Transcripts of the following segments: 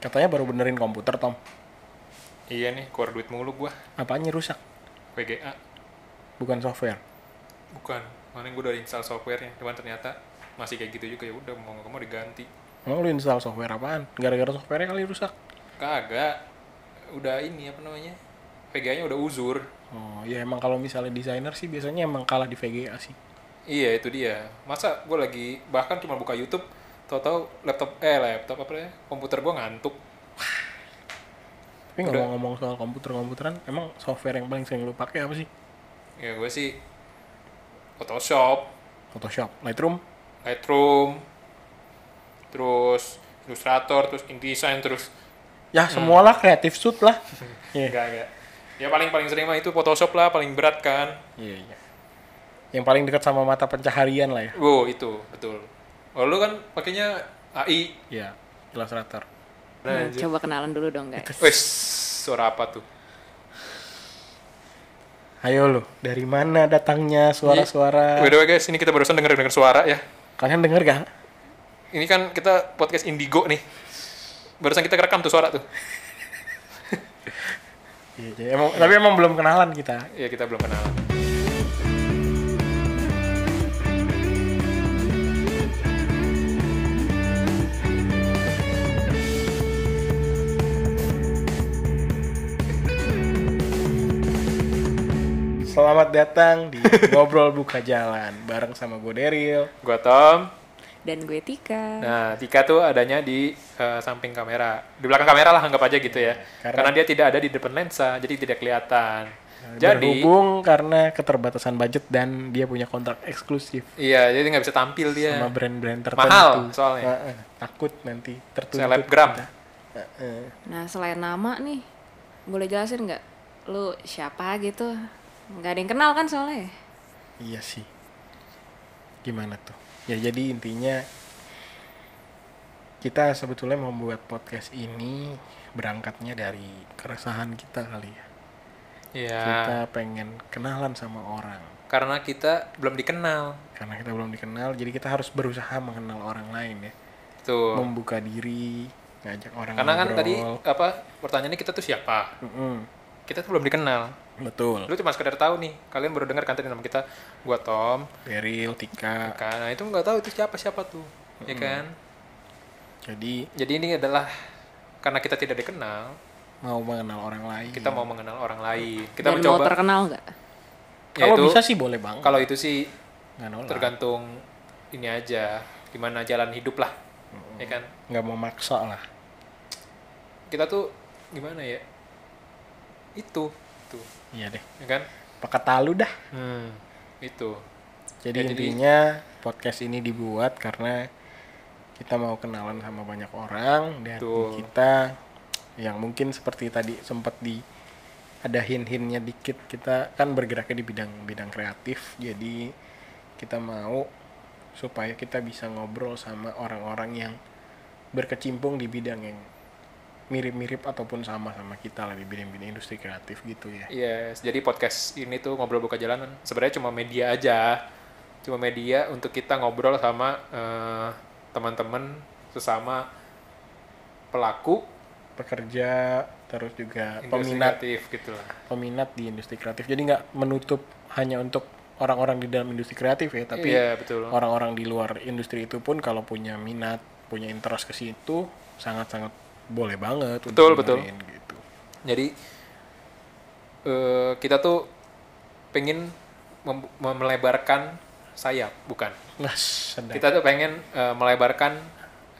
Katanya baru benerin komputer, Tom. Iya nih, keluar duit mulu gua. Apanya rusak? VGA. Bukan software. Bukan. Mana gua udah install softwarenya, cuman ternyata masih kayak gitu juga ya udah mau nggak mau diganti. Emang lu install software apaan? Gara-gara softwarenya kali rusak. Kagak. Udah ini apa namanya? VGA-nya udah uzur. Oh, ya emang kalau misalnya desainer sih biasanya emang kalah di VGA sih. Iya, itu dia. Masa gua lagi bahkan cuma buka YouTube, tahu-tahu laptop eh laptop apa ya? Komputer gua ngantuk. Tapi ngomong-ngomong soal komputer-komputeran, emang software yang paling sering lu pakai apa sih? Ya gue sih Photoshop, Photoshop, Lightroom, Lightroom, terus Illustrator, terus InDesign, terus ya semualah kreatif suit lah. Iya. enggak enggak. Ya paling paling sering mah itu Photoshop lah, paling berat kan. Iya, iya. Yang paling dekat sama mata pencaharian lah ya. Wow, itu betul. Kalau lu kan pakainya AI. Iya, Illustrator. Nah, anjir. Coba kenalan dulu dong guys. Wes, suara apa tuh? Ayo lo, dari mana datangnya By suara-suara? the way guys, ini kita barusan denger dengar suara ya. Kalian denger gak? Ini kan kita podcast Indigo nih. Barusan kita rekam tuh suara tuh. Iya, iya, emang, tapi emang belum kenalan kita. Ya kita belum kenalan. Selamat datang di Ngobrol Buka Jalan bareng sama gue Deril. Gua Tom. Dan gue Tika. Nah, Tika tuh adanya di eh, samping kamera. Di belakang kamera lah anggap aja gitu ya. Karena, Karena- Nah, dia tidak ada di depan lensa, jadi tidak kelihatan. Jadi, Berhubung karena keterbatasan budget dan dia punya kontrak eksklusif iya, jadi nggak bisa tampil dia. sama Nah, brand-brand tertentu. Iya. Mahal soalnya. Heeh, takut nanti tertutup. Selebgram. Nah selain nama nih, boleh jelasin nggak lu siapa gitu? Nggak ada yang kenal kan soalnya. Iya sih. Gimana tuh? Ya jadi intinya kita sebetulnya membuat podcast ini berangkatnya dari keresahan kita kali ya. Iya, Kita pengen kenalan sama orang karena kita belum dikenal. karena kita belum dikenal, jadi kita harus berusaha mengenal orang lain ya. Tuh. Membuka diri, ngajak orang karena kan tadi ngobrol. apa pertanyaannya kita tuh siapa? Mm-mm, Kita tuh belum dikenal. betul. Lu cuma sekedar tahu nih. Kalian baru dengar kan tadi nama kita, gua Tom. Beril, Tika. Kan, nah itu nggak tahu itu siapa siapa tuh. Ya kan? Jadi Jadi ini adalah karena kita tidak dikenal, mau mengenal orang lain. kita mau mengenal orang lain kita Dan mau mencoba terkenal nggak? kalau yaitu- bisa sih boleh bang. kalau itu sih nggak nolak. tergantung ini aja gimana jalan hidup lah ya kan nggak mau maksa lah. kita tuh gimana ya itu tuh Iya deh. ya kan Pakai talu dah. hmm. itu Jadi Ya, jadi- intinya podcast ini dibuat karena kita mau kenalan sama banyak orang dan Betul. kita yang mungkin seperti tadi sempat di ada hint-hintnya dikit kita kan bergeraknya di bidang-bidang kreatif jadi kita mau supaya kita bisa ngobrol sama orang-orang yang berkecimpung di bidang yang mirip-mirip ataupun sama sama kita lah di bidang-bidang industri kreatif gitu ya yes jadi podcast ini tuh ngobrol buka jalanan sebenarnya cuma media aja cuma media untuk kita ngobrol sama eh, teman-teman sesama pelaku pekerja terus juga industri peminat kreatif gitu lah peminat di industri kreatif. Jadi nggak menutup hanya untuk orang-orang di dalam industri kreatif ya, tapi iya betul orang-orang di luar industri itu pun kalau punya minat, punya interest ke situ, sangat-sangat boleh banget. untuk Betul, betul. dengerin Gitu. Jadi eh, kita tuh pengen mem- mem- melebarkan sayap, bukan? Nah, sedap. Kita tuh pengen eh, melebarkan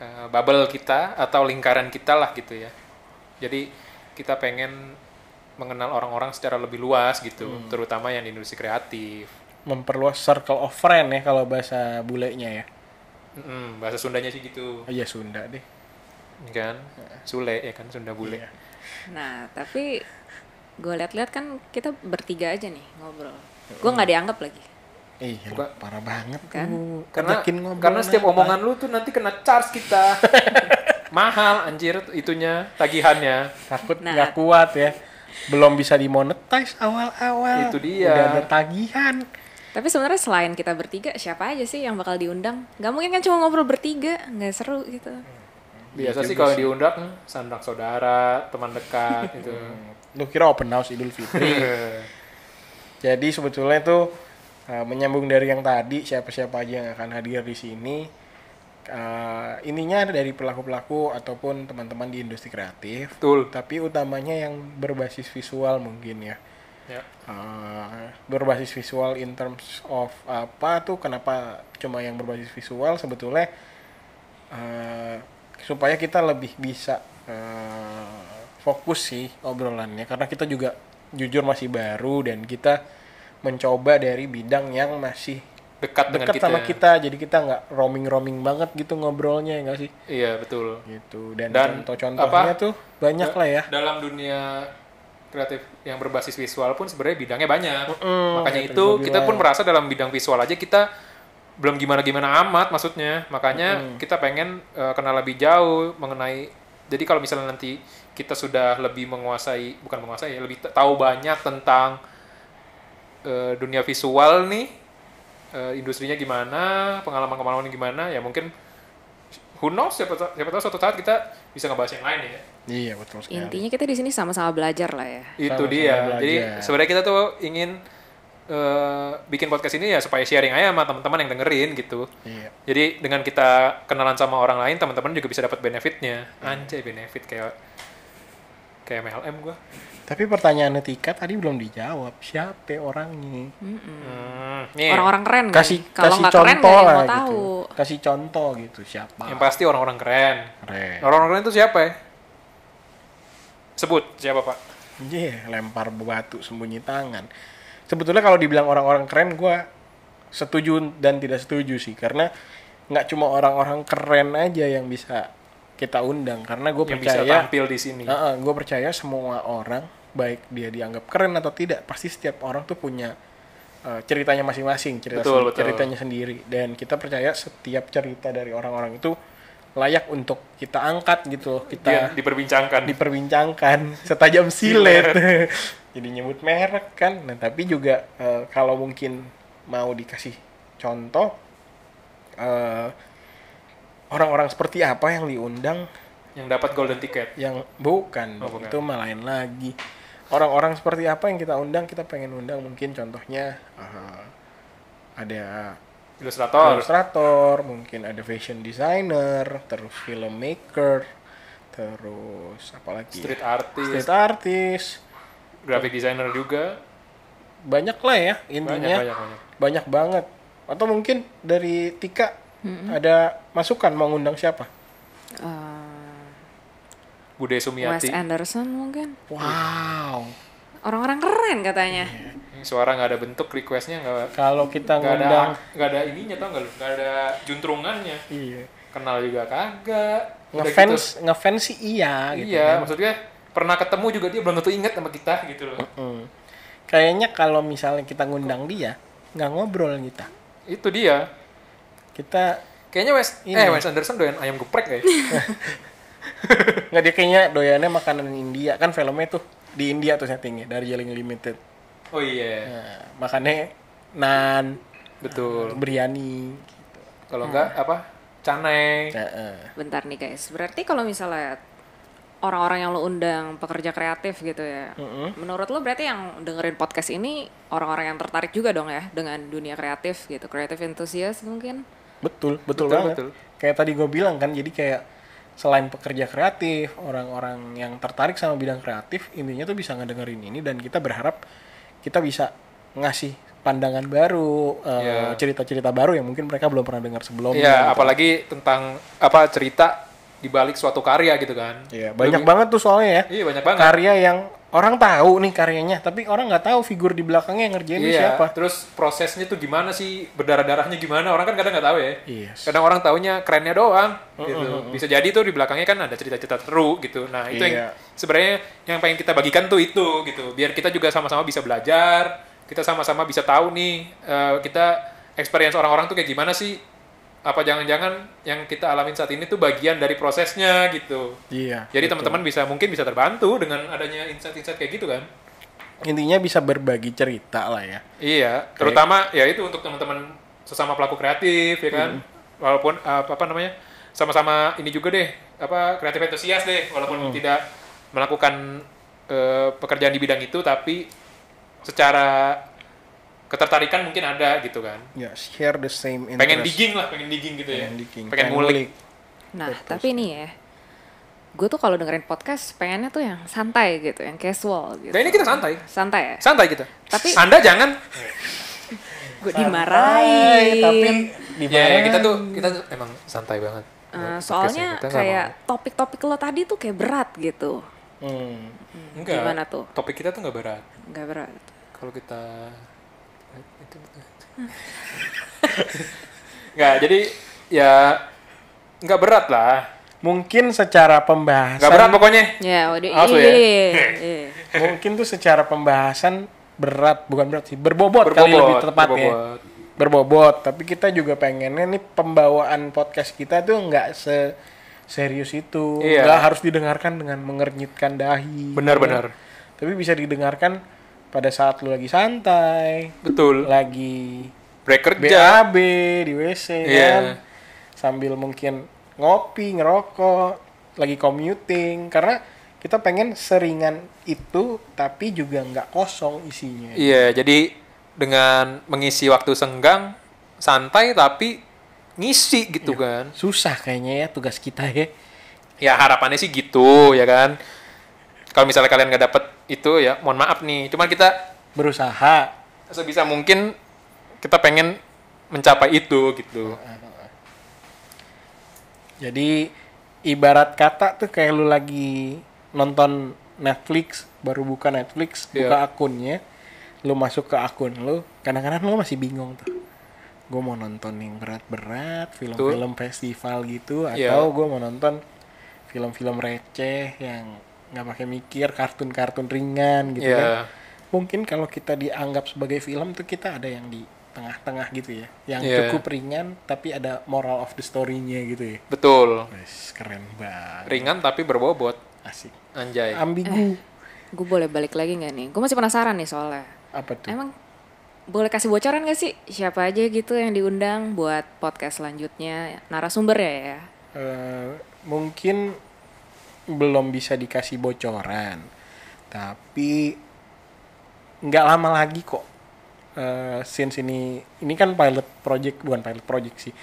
eh, bubble kita atau lingkaran kita lah gitu ya. Jadi kita pengen mengenal orang-orang secara lebih luas gitu, Hmm. terutama yang di industri kreatif. Memperluas circle of friend ya kalau bahasa bulenya ya. Mm, bahasa Sundanya sih gitu, Oh, iya Sunda deh. ya kan? Sule ya kan, Sunda bule. Iya. Nah tapi gue lihat-lihat kan kita bertiga aja nih ngobrol. Gue nggak dianggap lagi. Ih, lu Buka- parah banget Kan? lu. Karena Ajakin ngobrol karena setiap apa? omongan lu tuh nanti kena charge kita. Mahal anjir itunya, tagihannya. takut Nah. nggak kuat ya. Belum bisa dimonetize awal-awal. Itu dia. Udah ada tagihan. Tapi sebenarnya selain kita bertiga, siapa aja sih yang bakal diundang? Gak mungkin kan cuma ngobrol bertiga, nggak seru gitu. Biasa iya sih kalau diundang sandang saudara, teman dekat gitu. Lu kira open house Idul Fitri. Jadi sebetulnya itu eh, menyambung dari yang tadi siapa-siapa aja yang akan hadir di sini. Eh, ininya dari pelaku-pelaku ataupun teman-teman di industri kreatif. Betul. Tapi utamanya yang berbasis visual mungkin ya. Ya. Uh, berbasis visual in terms of apa tuh kenapa cuma yang berbasis visual sebetulnya uh, supaya kita lebih bisa uh, fokus sih obrolannya karena kita juga jujur masih baru dan kita mencoba dari bidang yang masih Dekat, dengan dekat kita. ya. sama kita jadi kita nggak roaming roaming banget gitu ngobrolnya ya nggak sih Iya, betul. gitu dan, Dan contoh-contohnya apa? Eh. tuh banyak lah ya Dalam dunia kreatif yang berbasis visual pun sebenarnya bidangnya banyak. Mm-mm, Makanya kayak itu tadi gua kita pun bilang. merasa dalam bidang visual aja kita belum gimana-gimana amat maksudnya. Makanya kita pengen eh, kenal lebih jauh mengenai jadi kalau misalnya nanti kita sudah lebih menguasai bukan menguasai ya, lebih t- tahu banyak tentang eh, dunia visual nih eh, industrinya gimana, pengalaman-pengalaman gimana ya mungkin who knows siapa ta- siapa tahu suatu saat kita bisa ngebahas yang lain ya. iya betul sekali Intinya kita di sini sama-sama belajar lah ya. itu Sama-sama dia belajar. jadi sebenarnya kita tuh ingin eh, bikin podcast ini ya supaya sharing aja sama teman-teman yang dengerin gitu iya jadi dengan kita kenalan sama orang lain teman-teman juga bisa dapat benefitnya Hmm. anjay benefit kayak kayak MLM gua Tapi pertanyaan Tika tadi belum dijawab. Siapa orangnya? Hmm, nih Orang-orang keren kan? Kasih Kalau kasih nggak keren contoh nggak ada lah yang mau gitu. tahu. Kasih contoh gitu siapa? yang pasti orang-orang keren Keren. orang-orang keren itu siapa ya sebut siapa pak Iya, lempar batu sembunyi tangan. Sebetulnya kalau dibilang orang-orang keren gua setuju dan tidak setuju sih karena nggak cuma orang-orang keren aja yang bisa kita undang karena gue yang bisa percaya Nah. tampil di sini gue percaya semua orang baik dia dianggap keren atau tidak pasti setiap orang tuh punya eh, ceritanya masing-masing cerita Betul, sen- betul. ceritanya sendiri dan kita percaya setiap cerita dari orang-orang itu layak untuk kita angkat gitu loh Dia kita diperbincangkan diperbincangkan setajam silet jadi nyebut merek kan nah tapi juga eh, kalau mungkin mau dikasih contoh eh, orang-orang seperti apa yang diundang yang dapat golden ticket yang bukan, Oh, bukan. itu malah lain lagi orang-orang seperti apa yang kita undang kita pengen undang mungkin contohnya eh, ada ilustrator ilustrator mungkin ada fashion designer terus filmmaker terus apa lagi ya? street artist street artist graphic designer juga banyak lah ya banyak intinya banyak banyak banyak banget atau mungkin dari Tika ada masukan mau ngundang siapa Eh, Bude Wes Sumiati. Anderson mungkin. wow Orang-orang keren katanya. Iya. Suara nggak ada bentuk requestnya nggak kalau kita nggak ada ngundang nggak ada ininya tau nggak lu? Nggak ada juntrungannya. iya Kenal juga kagak. Udah ngefans ngefans sih iya gitu. gitu Iya, kan. maksudnya pernah ketemu juga dia belum tentu inget sama kita gitu loh. Hmm. kayaknya kalau misalnya kita ngundang dia nggak ngobrol kita Itu dia. kita Kayaknya Wes Ini. eh Wes Anderson doyan ayam geprek ya. nggak dia kayaknya doyannya makanan India kan filmnya tuh di India tuh settingnya dari Jaling Limited oh iya, nah, makannya nan betul. biryani gitu. Kalau nggak apa? Canai. Nah, eh. Bentar nih guys. Berarti kalau misalnya orang-orang yang lo undang pekerja kreatif gitu ya. Menurut lo berarti yang dengerin podcast ini orang-orang yang tertarik juga dong ya dengan dunia kreatif gitu. Kreatif enthusiast mungkin. Betul, betul, Betul, banget. betul. Kayak tadi gue bilang kan, jadi kayak selain pekerja kreatif, orang-orang yang tertarik sama bidang kreatif, intinya tuh bisa ngedengerin ini dan kita berharap kita bisa ngasih pandangan baru, eh, Iya. cerita-cerita baru yang mungkin mereka belum pernah dengar sebelumnya. Iya, apalagi tentang apa cerita di balik suatu karya gitu kan. Iya, banyak banget tuh soalnya ya. Iya, banyak banget. Karya yang orang tahu nih karyanya, tapi orang nggak tahu figur di belakangnya yang ngerjain Iya, siapa. Terus prosesnya tuh gimana sih berdarah-darahnya gimana? Orang kan kadang nggak tahu ya. Yes. Kadang orang taunya kerennya doang gitu. Bisa jadi tuh di belakangnya kan ada cerita-cerita seru gitu. Nah, itu yang Iya. sebenarnya yang pengen kita bagikan tuh itu gitu. Biar kita juga sama-sama bisa belajar, kita sama-sama bisa tahu nih eh, kita experience orang-orang tuh kayak gimana sih? Apa jangan-jangan yang kita alamin saat ini tuh bagian dari prosesnya gitu. Iya. Jadi teman-teman bisa mungkin bisa terbantu dengan adanya insight-insight kayak gitu kan. Intinya bisa berbagi cerita lah ya. Iya, terutama ya itu untuk teman-teman eh, sesama pelaku kreatif ya kan. Walaupun uh, apa namanya? Sama-sama ini juga deh apa kreatif antusias deh walaupun tidak melakukan eh, pekerjaan di bidang itu tapi secara ketertarikan mungkin ada gitu kan ya share the same interest pengen digging lah pengen digging gitu ya Pengen digging, pengen ngulik Nah, tapi nih ya, gue tuh kalau dengerin podcast pengennya tuh yang santai gitu, yang casual gitu. nah ini kita santai Santai ya? santai kita Tapi- anda jangan Gue Hai, dimarahin. tapi di ya mana? ya, kita tuh kita tuh emang santai banget Eh, Buat soalnya podcastnya. Kita nggak kayak topik-topik lo tadi tuh kayak berat gitu. Hmm. mau- Enggak. gimana tuh? topik kita tuh nggak berat Gak berat. kalau kita eh, itu nggak jadi ya nggak berat lah mungkin secara nggak pembahasan berat pokoknya Ya, udah. Awas lo ya. iya, iya, iya. mungkin tuh secara pembahasan berat bukan berat sih berbobot, kali Berbobot, lebih tepatnya berbobot. berbobot tapi kita juga pengennya nih pembawaan podcast kita tuh nggak se serius itu Iya. nggak harus didengarkan dengan mengernyitkan dahi ya. Benar-benar. tapi bisa didengarkan pada saat lu lagi santai betul lagi break kerja BAB di WC Iya. kan sambil mungkin ngopi ngerokok lagi commuting karena kita pengen seringan itu tapi juga nggak kosong isinya iya jadi dengan mengisi waktu senggang santai tapi ngisi gitu kan susah kayaknya ya tugas kita ya ya harapannya sih gitu ya kan kalau misalnya kalian nggak dapet itu ya mohon maaf nih cuman kita berusaha sebisa mungkin kita pengen mencapai itu gitu jadi ibarat kata tuh kayak lu lagi nonton Netflix baru buka Netflix Iya. buka akunnya lu masuk ke akun lu kadang-kadang lu masih bingung tuh gue mau nonton yang berat-berat film-film festival gitu Iya. atau gue mau nonton film-film receh yang nggak pakai mikir kartun-kartun ringan gitu kan Iya. mungkin kalau kita dianggap sebagai film tuh kita ada yang di tengah-tengah gitu ya yang Iya. cukup ringan tapi ada moral of the story-nya gitu ya betul Wes, keren banget ringan tapi berbobot asik anjay ambigu Gue boleh balik lagi gak nih? Gue masih penasaran nih soalnya. apa tuh Emang boleh kasih bocoran gak sih? Siapa aja gitu yang diundang buat podcast selanjutnya? Narasumber ya ya? Eh, mungkin belum bisa dikasih bocoran tapi nggak lama lagi kok Eh since ini ini kan pilot project bukan pilot project sih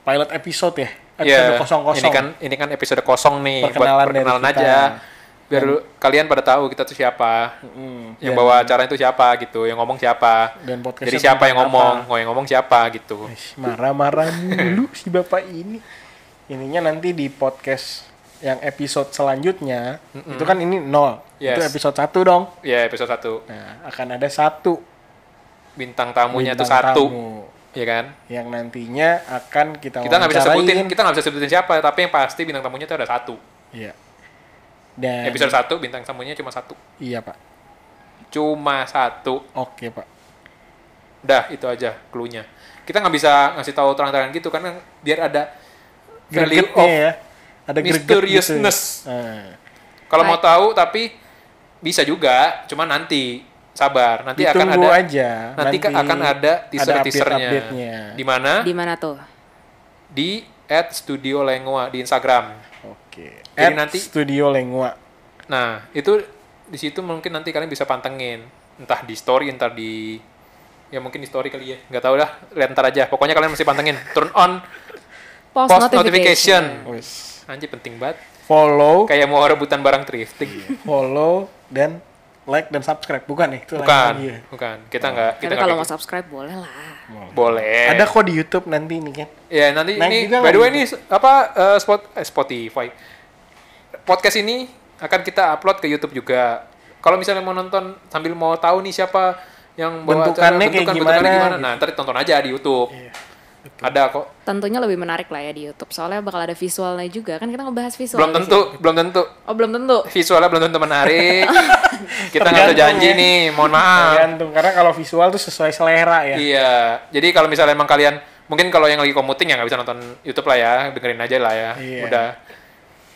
pilot episode ya episode Iya, kosong kosong ini kan ini kan episode kosong nih Perkenalan buat dari perkenalan kita. aja biar lu- kalian pada tahu kita tuh siapa Dan- yang bawa acara itu siapa gitu yang ngomong siapa Dan podcastnya jadi siapa yang tentang ngomong oh, yang ngomong siapa gitu Ih, marah-marah mulu si bapak ini ininya nanti di podcast yang episode selanjutnya itu kan ini nol itu Yes. episode satu dong ya episode satu nah akan ada satu bintang tamunya tuh bintang satu tamu ya kan yang nantinya akan kita kita nggak bisa sebutin wawancarain. kita nggak bisa sebutin siapa tapi yang pasti bintang tamunya tuh ada satu Iya. dan episode satu bintang tamunya cuma satu iya pak cuma satu oke pak Dah, itu aja cluenya. Kita nggak bisa ngasih tahu terang-terangan gitu karena biar ada value Gregetnya of. ya ada greget gitu. mysteriousness. Nah, Kalau mau tahu tapi bisa juga, cuma nanti sabar. Nanti akan ditunggu ada aja nanti, ka- akan ada teaser-teasernya. update-update-nya. Di mana? Di mana tuh? Di at Studio Lengua di Instagram. oke At Jadi nanti- studio lengua Nah, itu di situ mungkin nanti kalian bisa pantengin. Entah di story, entah di ya mungkin di story kali ya. Nggak tahu dah, lihat ntar aja. Pokoknya kalian mesti pantengin. Turn on Post, post notification. Wes. Anjir penting banget. follow, Oh. Kayak mau rebutan barang thrifting. Iya. follow dan like dan subscribe bukan ya? Itu lain bukan lagi ya? bukan kita nggak kita Tapi nggak kalau kayak mau subscribe boleh lah. gitu. boleh Ada kok di YouTube nanti ini kan. ya nanti Naik ini juga by the nggak way ini s- apa eh, spot eh, Spotify podcast ini akan kita upload ke YouTube juga kalau misalnya mau nonton sambil mau tahu nih siapa yang bawa acara, Bentukannya kayak bentukannya gimana, Iya. nah ntar tonton aja di YouTube ada kok Tentunya lebih menarik lah ya di YouTube. Soalnya bakal ada visualnya juga. Kan kita ngebahas visual. belum di tentu belum tentu sini. Oh, belum tentu. visualnya belum tentu menarik kita nggak Tergantung ada janji ya. nih mohon maaf Tergantung karena kalau visual tuh sesuai selera ya. Ah. Iya. Jadi kalau misalnya emang kalian mungkin kalau yang lagi commuting ya nggak bisa nonton YouTube lah ya, dengerin aja lah ya. Iya. Udah.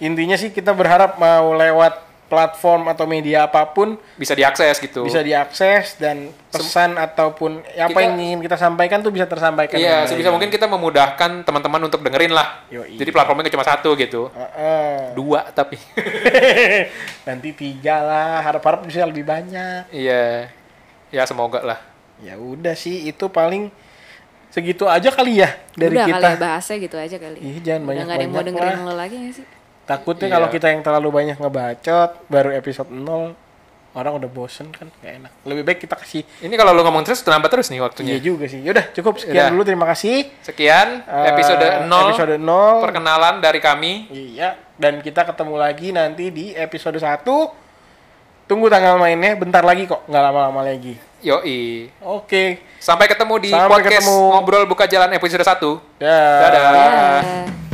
Intinya sih kita berharap mau lewat platform atau media apapun bisa diakses gitu. bisa diakses dan pesan ataupun apa Kita- yang ingin kita sampaikan tuh bisa tersampaikan. Iya, dengan sebisa baik. mungkin kita memudahkan teman-teman untuk dengerin lah. Yoi. Jadi platformnya cuma satu gitu. Heeh. Dua tapi. Eh, Nanti tiga lah, harap-harap bisa lebih banyak. Iya. Ya semoga lah. Ya udah sih, itu paling segitu aja kali ya dari Udah kita. kali ya, bahasnya gitu aja kali. Ih, jangan Udah nggak ada yang mau banyak-banyak dengerin lah. lo lagi gak sih? Takutnya Iya. kalau kita yang terlalu banyak ngebacot, baru episode 0 orang udah bosen kan, gak enak. Lebih baik kita kasih. Ini kalau lu ngomong terus nambah terus nih Iya waktunya. juga sih. Yaudah, cukup sekian Udah. dulu. Terima kasih. Sekian Eh, episode 0 Episode 0. perkenalan dari kami. Iya, dan kita ketemu lagi nanti di episode 1. Tunggu tanggal mainnya, bentar lagi kok, nggak lama-lama lagi. Yoi. Oke, Sampai ketemu di Sampai podcast ketemu. Ngobrol Buka Jalan episode 1. dah. Dadah. Ya.